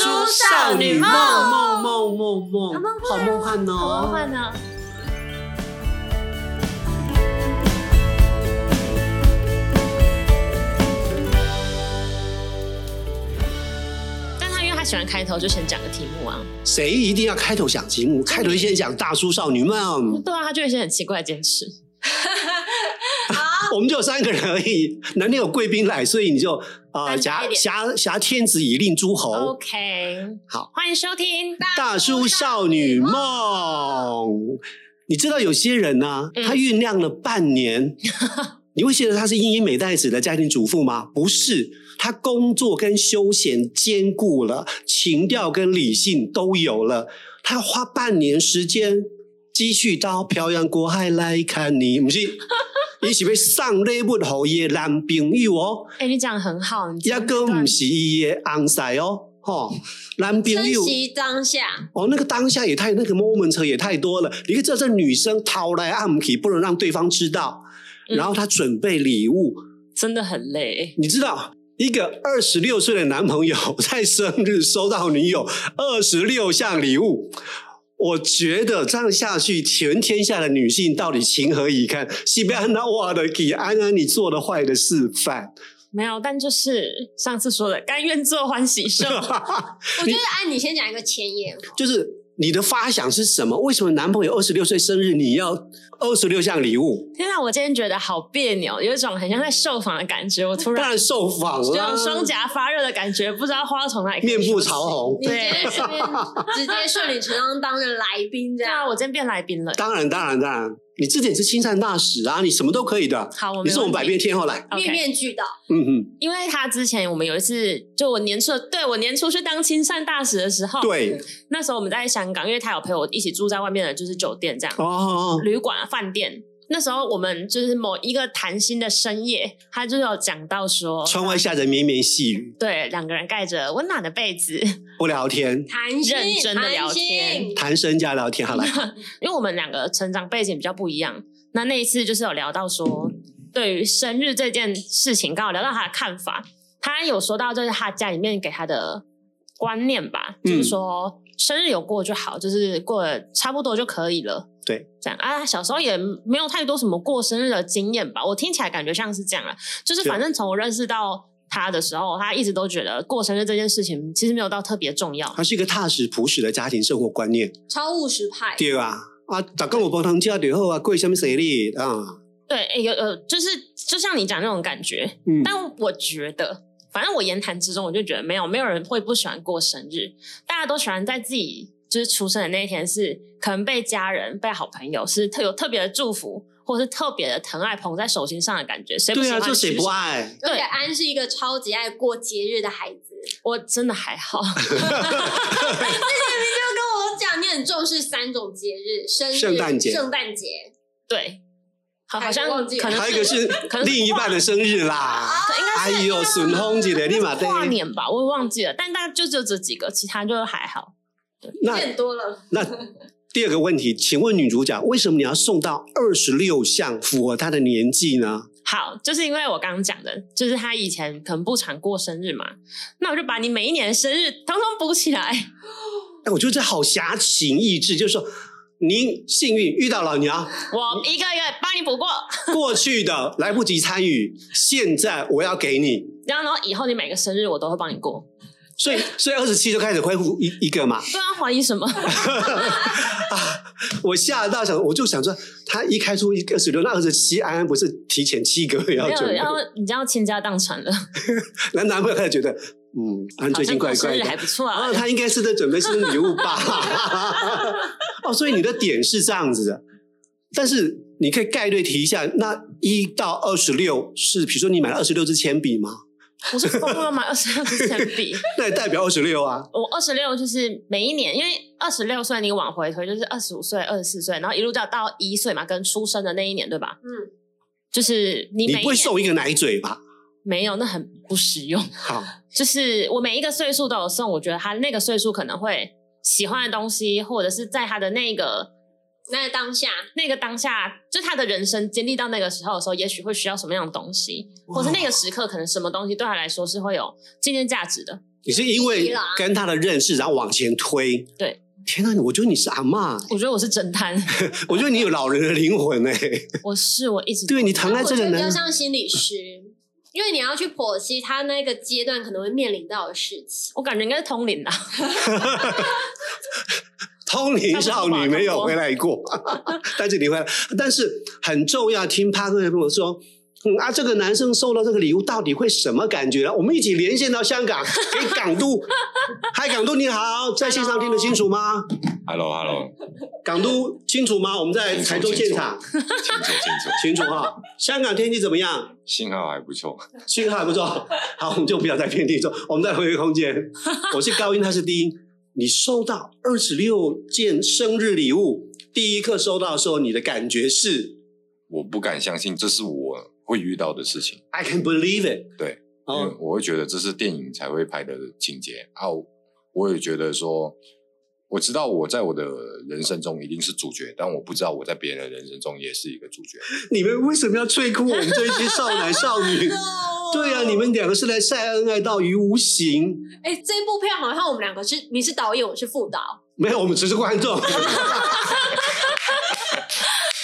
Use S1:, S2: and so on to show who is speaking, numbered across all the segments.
S1: 少女梦
S2: 梦梦哦梦
S1: 好
S2: 梦好梦幻
S1: 梦幻好梦
S2: 哦！
S1: 幻呢？但他因为他喜欢开头，就先讲个题目啊。
S2: 谁一定要开头讲题目？开头先讲大叔少女梦，
S1: 对啊，他就有一些很奇怪的坚持。
S2: 我们就三个人而已，难得有贵宾来，所以你就呃
S1: 单纯
S2: 挟
S1: 一点
S2: 挟挟天子以令诸侯，
S1: OK，
S2: 好，
S1: 欢迎收听。
S2: 大叔少女梦。你知道有些人呢、
S1: 嗯
S2: 他酝酿了半年，你会觉得她是英英美代子的家庭主妇吗？不是，她工作跟休闲兼顾了，情调跟理性都有了。她花半年时间，积蓄到漂洋过海来看你，不是？伊是要送礼物给伊的男朋友哦，
S1: 哎、你讲得很好，你
S2: 抑个毋是伊的翁婿哦，吼、男朋
S3: 珍
S2: 友。
S3: 惜当下，
S2: 哦，那个当下也太那个 moment 也太多了。你看，这这女生掏来暗皮，不能让对方知道。
S1: 嗯
S2: 然后她准备礼物，
S1: 真的很累。
S2: 你知道，一个二十六岁的男朋友 在生日收到女友二十六项礼物，我觉得这样下去，全天下的女性到底情何以堪？西班牙那瓦的给安安，你做了坏的示范。
S1: 没有，但就是上次说的，甘愿做欢 喜兽。
S3: 我觉得按你先讲一个前言，
S2: 就是你的发想是什么？为什么男朋友二十六岁生日你要二十六项礼物？
S1: 天啊，我今天觉得好别扭，有一种很像在受访的感觉。我突
S2: 当
S1: 然
S2: 然受访
S1: 就
S2: 啦，
S1: 双颊发热的感觉，不知道花从哪里开始。
S2: 面部潮 红。
S3: 你直接
S1: 对
S3: 顺便直接顺理成章当着来宾这
S1: 对啊，
S3: 样。
S1: 我今天变来宾了。
S2: 当然，当然，当然，你这点是亲善大使啊，你什么都可以的。
S1: 好，我
S2: 你
S1: 没
S2: 是我们百
S1: 问题
S2: 变天后来，
S1: OK
S3: 面面俱到，
S2: 嗯哼，
S1: 因为他之前我们有一次，就我年初的，对我年初去当亲善大使的时候，，
S2: 对，
S1: 那时候我们在香港，因为他有陪我一起住在外面的，就是酒店这样，
S2: 哦，
S1: 旅馆、啊饭店。那时候我们就是某一个谈心的深夜，他就有讲到说，
S2: 窗哦外下着绵绵细雨，
S1: 对，两个人盖着温暖的被子，
S2: 不聊天，
S3: 谈心，
S1: 认真地聊
S3: 谈心，
S2: 谈身家聊天，好 来，
S1: 因为我们两个成长背景比较不一样。那那一次就是有聊到说，对于生日这件事情，刚好聊到他的看法。他有说到，就是他家里面给他的观念吧，
S2: 嗯
S1: 就是说生日有过就好，就是过得差不多就可以了。
S2: 对，
S1: 这样啊，小时候也没有太多什么过生日的经验吧。我听起来感觉像是这样啊，就是
S2: 对
S1: 反正从我认识到他的时候，他一直都觉得过生日这件事情其实没有到特别重要。
S2: 它是一个踏实朴实的家庭生活观念，
S3: 超务实派，
S2: 对吧？啊，打工我帮汤家就好啊，贵什么谁哩啊？
S1: 对，诶有有，就是就像你讲那种感觉，
S2: 嗯，
S1: 但我觉得，反正我言谈之中，我就觉得没有没有人会不喜欢过生日，大家都喜欢在自己就是出生的那一天是，可能被家人、被好朋友是特有特别的祝福，或是特别的疼爱捧在手心上的感觉。谁不
S2: 对
S1: 喜
S2: 啊，
S1: 欢？
S2: 这谁
S1: 其实
S2: 不爱？
S3: 而
S1: 对
S3: 且安是一个超级爱过节日的孩子。
S1: 我真的还 好，
S3: 就跟我讲，你很重视三种节日：生日、
S2: 圣诞节
S3: 圣诞节。
S1: 对，好好像
S3: 还忘记了
S1: 可能
S2: 还有一个是
S1: 可能是啊
S2: 另一半的生日啦，哎呦，损轰一个立马
S1: 跨年吧，我也忘记了，但大家就只有这几个，其他就还好。
S2: 那
S3: 见多了，
S2: 那第二个问题，请问女主角为什么你要送到二十六项符合她的年纪呢？
S1: 好，就是因为我刚刚讲的，就是他以前可能不常过生日嘛，那我就把你每一年的生日通通补起来。
S2: 哎，我觉得这好侠情逸致，就是说您幸运遇到老娘，
S1: 我一个一个帮你补过，
S2: 过去的来不及参与，现在我要给你。
S1: 然后然后以后你每个生日我都会帮你过，
S2: 所以，所以二十七就开始恢复一一个嘛。
S1: 不然怀 疑什么？
S2: 我吓到想，我就想说，他一开出一个二十六，那二十七安安不是提前七个月要
S1: 没
S2: 准
S1: 有，
S2: 备
S1: 然？后你这样倾家荡产了，
S2: 那男朋友开始觉得，嗯，安安
S1: 好
S2: 最
S1: 像
S2: 近
S1: 过
S2: 怪
S1: 生
S2: 怪
S1: 日
S2: 的
S1: 还。不错
S2: 啊，
S1: 啊。
S2: 他应该是在准备生日礼物吧？哦，所以你的点是这样子的，但是你可以概略提一下，那一到二十六是，比如说你买了二十六支铅笔吗？
S1: 我是疯了吗？二十六支铅笔，
S2: 那也代表二十六啊，
S1: 我二十六就是每一年，因为二十六岁你往回推就是二十五岁、二十四岁，然后一路到到一岁嘛，跟出生的那一年对吧？
S3: 嗯，
S1: 就是你
S2: 你
S1: 每一
S2: 不会
S1: 年
S2: 送一个奶嘴吧？
S1: 没有，那很不实用。
S2: 好，
S1: 就是我每一个岁数都有送，我觉得他那个岁数可能会喜欢的东西，或者是在他的那个
S3: 那当下
S1: 那个当下，就是他的人生经历到那个时候的时候，也许会需要什么样的东西，
S2: 哇
S1: 或是那个时刻可能什么东西对他来说是会有纪念价值的。
S2: 你是因为跟他的认识，然后往前推。
S1: 对，
S2: 天啊，我觉得你是阿嬷，
S1: 我觉得我是 侦探，
S2: 我觉得你有老人的灵魂哎、
S1: 我是我一直
S2: 对你
S3: 但
S2: 躺
S3: 我
S2: 在
S3: 觉
S2: 这
S3: 得
S2: 个
S3: 比较
S2: 男，
S3: 像心理师，因为你要去剖析他那个阶段可能会面临到的事情。
S1: 我感觉应该是通灵啊，
S2: 通灵少女没有回来过， 但是你回来，但是很重要。听帕克跟我说。嗯啊，这个男生收到这个礼物到底会什么感觉啊？我们一起连线到香港，给港都， 嗨，港都你好，在线上听得清楚吗？嗯
S4: Hello Hello，
S2: 港都清楚吗？我们在台中现场，
S4: 清楚清楚，
S2: 清楚哈。香港天气怎么样？
S4: 信号还不错。
S2: 信号还不错。 好，我们就不要再遍地说，我们再回归空间。我是高音，他是低音。你收到二十六件生日礼物，第一刻收到的时候，你的感觉是
S4: 我不敢相信这是我会遇到的事情，
S2: I can believe it。
S4: 对，嗯因为
S2: 哦，
S4: 我会觉得这是电影才会拍的情节啊。我我也觉得说，我知道我在我的人生中一定是主角，但我不知道我在别人的人生中也是一个主角。
S2: 你们为什么要摧枯我们这些少男少 女？对啊，你们两个是来晒恩爱到于无形。
S3: 哎、这部片好像我们两个是你是导演，我是副导，
S2: 没有，我们只是观 众。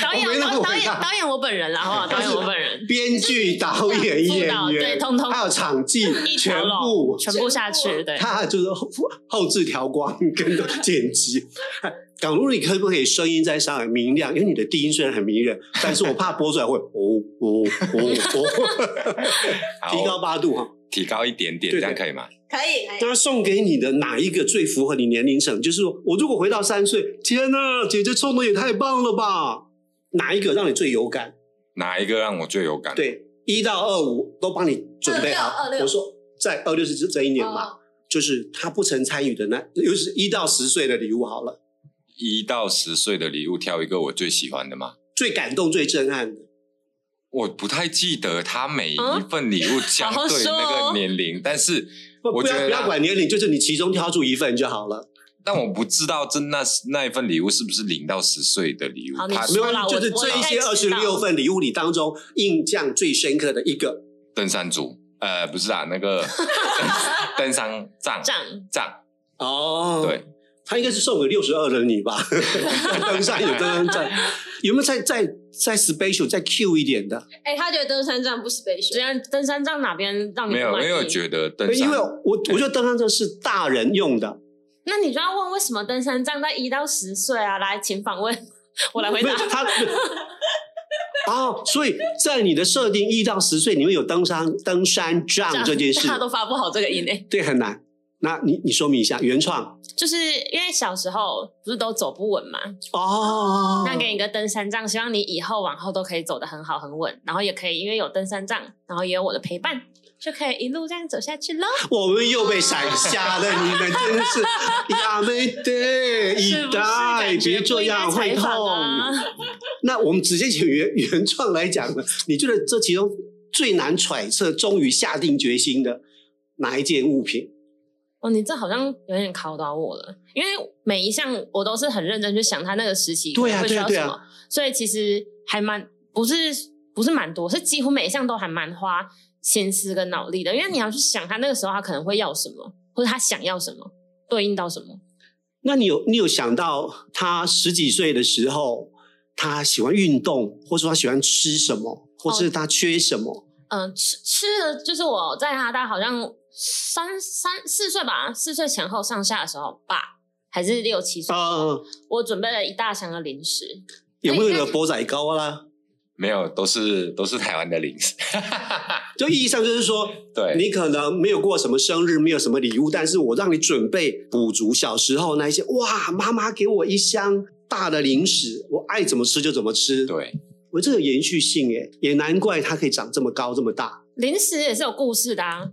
S1: 导演
S2: 我 没那么
S1: 导导
S2: 伟大
S1: 演导演我本人啦，哈，导演我本人
S2: 编剧、导演、
S1: 副
S2: 演
S1: 导
S2: 员，
S1: 对通通
S2: 还有场记
S1: 一，
S2: 全
S1: 条
S2: 部
S1: 龙全部下去， 对，
S2: 他就是后后置调光跟剪辑。 港如，你可不可以声音再稍微明亮？因为你的低音虽然很迷人，但是我怕播出来会哦哦哦哦，
S4: 好
S2: 提高八度哈。
S4: 提高一点点，
S2: 对对
S4: 这样可以吗？
S3: 可以可以。
S2: 那送给你的哪一个最符合你年龄层？就是说我如果回到三岁，天呐，姐姐送的也太棒了吧！哪一个让你最有感？
S4: 哪一个让我最有感？，
S2: 对，一到二五都帮你准备好。
S3: 26
S2: 我说在二六是这这一年嘛，
S3: 哦
S2: 就是他不曾参与的那，尤其是一到十岁的礼物好了。
S4: 一到十岁的礼物，挑一个我最喜欢的吗？
S2: 最感动、最震撼的。
S4: 我不太记得他每
S2: 啊
S4: 一份礼 物相
S1: 好好
S4: 对
S1: 说
S4: 那
S1: 哦
S4: 个年龄，但是
S2: 不，
S4: 我
S2: 不
S4: 觉
S2: 要
S4: 得
S2: 不要
S4: 啦
S2: 管年龄，就是你其中挑出一份就好了。
S4: 但我不知道这那那一份礼物是不是零到十岁的礼物
S1: 好，你
S4: 他
S2: 没
S1: 说
S2: 有啊
S1: 啦，，
S2: 就
S1: 我
S2: 是这一些
S1: 我
S2: 二
S1: 大概
S2: 十
S1: 知道
S2: 六份礼物里当中印象最深刻的一个。
S4: 登山族，呃，不是啊，那个登山杖
S1: 这样
S4: 杖，
S2: 哦，
S4: 对，
S2: 他应该是送给六十二的你吧？登山有登山杖，有没有再再再 special 再 Q 一点的？
S3: 哎、他觉得登山杖不
S1: 这
S3: special，
S1: 样登山杖哪边让你
S4: 没有
S1: 不满
S4: 没
S1: 意
S4: 有觉得登山
S2: 因为我我觉得登山杖是大人用的，
S1: 那你就要问为什么登山杖在一到十岁啊？来，请访问， 我来回
S2: 没
S1: 答
S2: 有。他。哦，所以在你的设定一到十岁，你们有登山登山杖这件 事
S1: 大，家都发不好这个音诶、
S2: 对，很难。那你你说明一下原创
S1: 就是因为小时候不是都走不稳嘛，
S2: 哦，
S1: 那给你一个登山杖，希望你以后往后都可以走得很好很稳，然后也可以因为有登山杖，然后也有我的陪伴，就可以一路这样走下去喽。
S2: 我们又被闪瞎了，你们真的 是亚美得
S1: 是
S2: 一
S1: 不是
S2: 代，
S1: 感觉
S2: 别这样
S1: 不应
S2: 会
S1: 该采
S2: 痛
S1: 访。啊？
S2: 那我们直接请原原创来讲了，你觉得这其中最难揣测，终于下定决心的哪一件物品？
S1: 哦，你这好像有点考倒我了，因为每一项我都是很认真去想他那个时期
S2: 对啊
S1: 可能会需要
S2: 对啊
S1: 什么，所以其实还蛮不是不是蛮多，是几乎每一项都还蛮花心思跟脑力的，因为你要去想他那个时候他可能会要什么，或者他想要什么，对应到什么。
S2: 那你有你有想到他十几岁的时候，他喜欢运动，或者说他喜欢吃什
S1: 哦
S2: 么，或是他缺什么？
S1: 嗯，吃吃的就是我在他大概好像三三四岁吧，四岁前后上下的时候吧，还是六七岁，
S2: 呃，
S1: 我准备了一大箱的零食，
S2: 有没有
S1: 哎
S2: 那个钵仔糕啦？
S4: 没有，都是都是台湾的零食，
S2: 就意义上就是说，
S4: 对
S2: 你可能没有过什么生日，没有什么礼物，但是我让你准备补足小时候那一些。哇，妈妈给我一箱大的零食，我爱怎么吃就怎么吃。，
S4: 对，
S2: 我这有延续性诶，也难怪它可以长这么高这么大。
S1: 零食也是有故事的啊。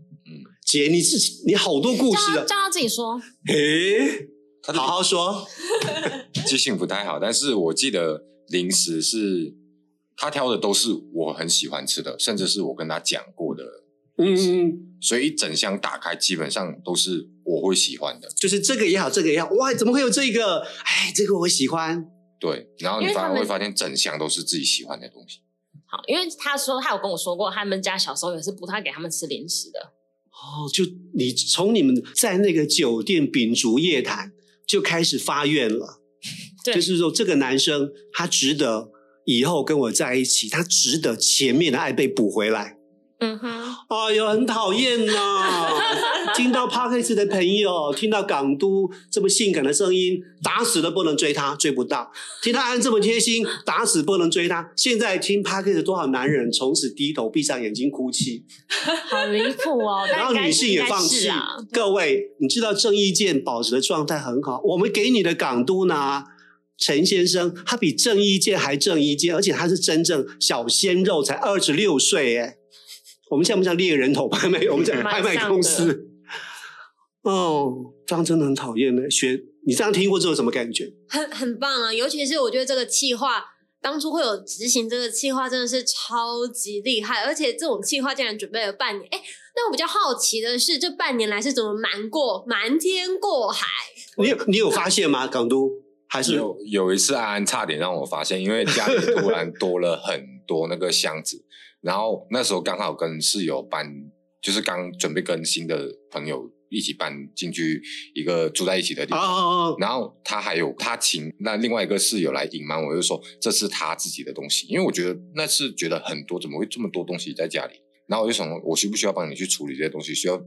S2: 姐，你自己你好多故
S1: 叫
S2: 事
S1: 他
S2: 啊！
S1: 叫他自己说，
S2: 诶，
S4: 他的
S2: 好好说。
S4: 记性不太好，但是我记得零食是他挑的都是我很喜欢吃的，甚至是我跟他讲过的，
S2: 嗯，
S4: 所以一整箱打开基本上都是我会喜欢的，
S2: 就是这个也好，这个也好。哇，怎么会有这个？哎，这个我喜欢。
S4: 对，然后
S1: 因
S4: 你
S1: 为他
S4: 反而
S1: 们
S4: 会发现整箱都是自己喜欢的东西。
S1: 好，因为他说他有跟我说过，他们家小时候也是不太给他们吃零食的，
S2: 哦，就你从你们在那个酒店秉烛夜谈就开始发愿了，
S1: 对
S2: 就是说这个男生他值得以后跟我在一起，他值得前面的爱被补回来。
S1: 嗯哼，
S2: 哎呦，很讨厌呐、听到 p a r k e s 的朋友，听到港都这么性感的声音，打死都不能追他，追不到；听到安这么贴心，打死不能追他。现在听 p a r k e s 多少男人从此低头闭上眼睛哭泣，
S1: 好离谱 哦！
S2: 然后
S1: 但应该
S2: 女性也放
S1: 应该是
S2: 弃。
S1: 啊，
S2: 各位，你知道郑伊健保持的状态很好，我们给你的港都呢？陈先生，他比郑伊健还郑伊健，而且他是真正小鲜肉，才二十六岁哎。我们像不像猎人头拍卖？我们讲拍卖公
S1: 蛮
S2: 司。哦，这样真的很讨厌呢。学你这样听过之后有什么感觉？
S3: 很很棒啊！尤其是我觉得这个企划当初会有执行这个企划，真的是超级厉害，而且这种企划竟然准备了半年。哎，那我比较好奇的是，这半年来是怎么瞒过瞒天过海？
S2: 你有你有发现吗？港都还是
S4: 有有一次安安差点让我发现，因为家里突然 多了很多那个箱子，然后那时候刚好跟室友搬，就是刚准备跟新的朋友一起搬进去一个住在一起的地
S2: 哦
S4: 方。
S2: 哦哦，
S4: 然后他还有他请那另外一个室友来隐瞒我，就说这是他自己的东西，因为我觉得那是觉得很多，怎么会这么多东西在家里？然后我就想说，我需不需要帮你去处理这些东西？需要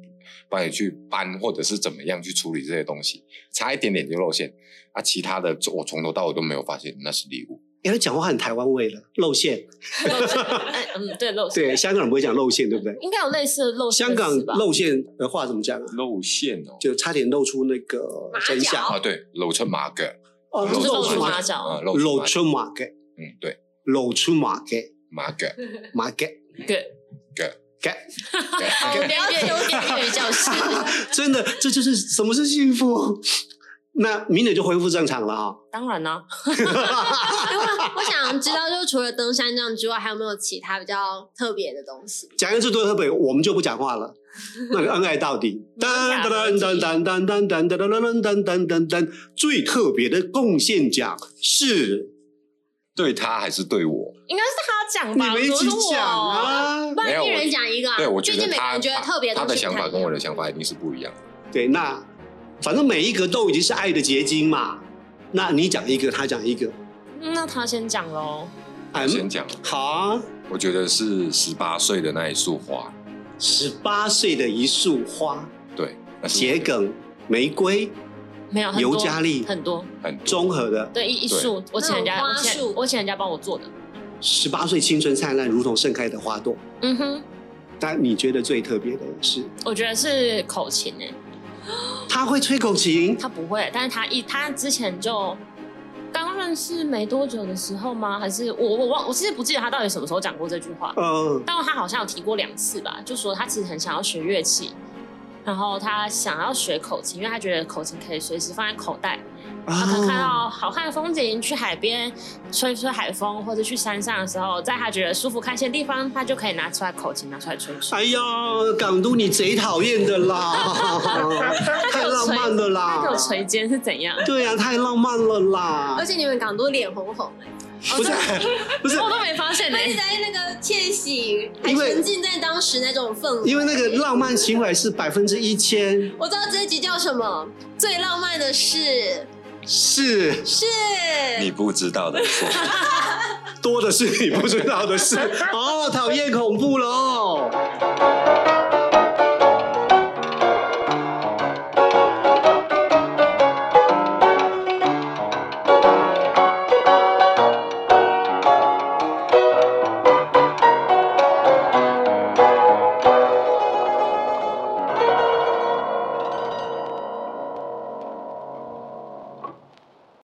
S4: 帮你去搬，或者是怎么样去处理这些东西？差一点点就露馅啊！其他的我从头到尾都没有发现那是礼物。
S2: 因哎为讲话很台湾味了，露馅。
S1: 露馅哎嗯，对，露
S2: 对，
S1: 馅
S2: 香港人不会讲露馅，对不对？
S1: 应该有类似的露馅
S2: 香
S1: 的
S2: 港
S1: 词吧？
S2: 露馅的话怎么讲啊？
S4: 露馅哦
S2: 就差点露出那个
S3: 马脚
S2: 真相
S4: 啊，对，露出马脚，
S2: 哦
S1: 不是
S4: 出
S1: 露出
S2: 马
S1: 马
S2: 脚，
S1: 脚
S3: 哦
S4: 啊，露
S2: 露
S4: 出
S2: 出马脚，
S4: 嗯，对，
S2: 露出马脚，
S4: 马 脚，
S2: 马脚
S1: 对，
S4: 脚
S2: 脚。
S1: 好
S4: 脚
S1: 我们要有点粤语教室。
S2: 真的，这就是什么是幸福。那明年就恢复正常了啊、
S1: 当然啦、
S3: 因为我想知道，就是除了登山杖之外，还有没有其他比较特别的东西？
S2: 讲一次多特别，我们就不讲话了。那个恩爱到底，噔噔噔噔噔噔噔噔噔噔噔噔噔噔，最特别的贡献奖是
S4: 对他还是对我？
S1: 应该是他讲
S2: 你
S1: 吧，
S2: 们一起
S1: 不是我
S2: 讲啊。
S3: 不
S4: 没
S3: 然
S4: 有
S3: 一人
S4: 我
S3: 讲一个啊。
S4: 对，我觉
S3: 毕
S4: 得
S3: 竟每个
S4: 他
S3: 人觉得
S4: 他
S3: 特别
S4: 他
S3: 东
S4: 的
S3: 西不
S4: 想
S3: 太
S4: 法
S3: 一
S4: 跟我的
S3: 样
S4: 想法一定是不一样的。
S2: 对，那反正每一个都已经是爱的结晶嘛。那你讲一个，他讲一个，
S1: 嗯那他先讲喽。
S2: 哎
S4: 我，先讲，
S2: 好啊。
S4: 我觉得是十八岁的那一束花，
S2: 十八岁的一束花，
S4: 对，那是
S2: 桔梗、玫瑰，
S1: 没有很
S2: 尤
S1: 多
S2: 加利
S1: 很多，
S4: 很
S2: 综合的。
S1: 对一一
S4: 对
S1: 束，我请人家，
S3: 那种
S1: 我
S3: 花
S1: 请
S3: 束
S1: 我请人家帮我做的。
S2: 十八岁青春灿烂，如同盛开的花朵。
S1: 嗯哼，
S2: 但你觉得最特别的是，
S1: 我觉得是口琴欸诶、
S2: 他会吹口琴，
S1: 他不会，但是他一他之前就刚认识没多久的时候吗？还是我我忘，我其实不记得他到底什么时候讲过这句话，
S2: 嗯，
S1: 但他好像有提过两次吧，就说他其实很想要学乐器，然后他想要学口琴，因为他觉得口琴可以随时放在口袋，他可能看
S2: 啊，
S1: 到好看的风景，去海边吹吹海风，或者去山上的时候，在他觉得舒服开心的地方，他就可以拿出来口琴，拿出来吹吹。
S2: 哎呀，港都你贼讨厌的 啦，太浪漫了
S1: 他
S2: 啦
S1: 给我，垂肩是怎样？
S2: 对呀、太浪漫了啦
S3: 而，且你们港都脸红欸红的，
S2: 不是不是，
S1: 我都没发现欸呢、
S3: 一直在那个窃喜，还
S2: 因为
S3: 沉浸在当时那种氛围。
S2: 因为那个浪漫情怀是百分之一千，
S3: 我知道这一集叫什么，最浪漫的事
S2: 是
S3: 是
S4: 你不知道的 错，
S2: 哦多的是你不知道的事，哦，讨厌恐怖喽。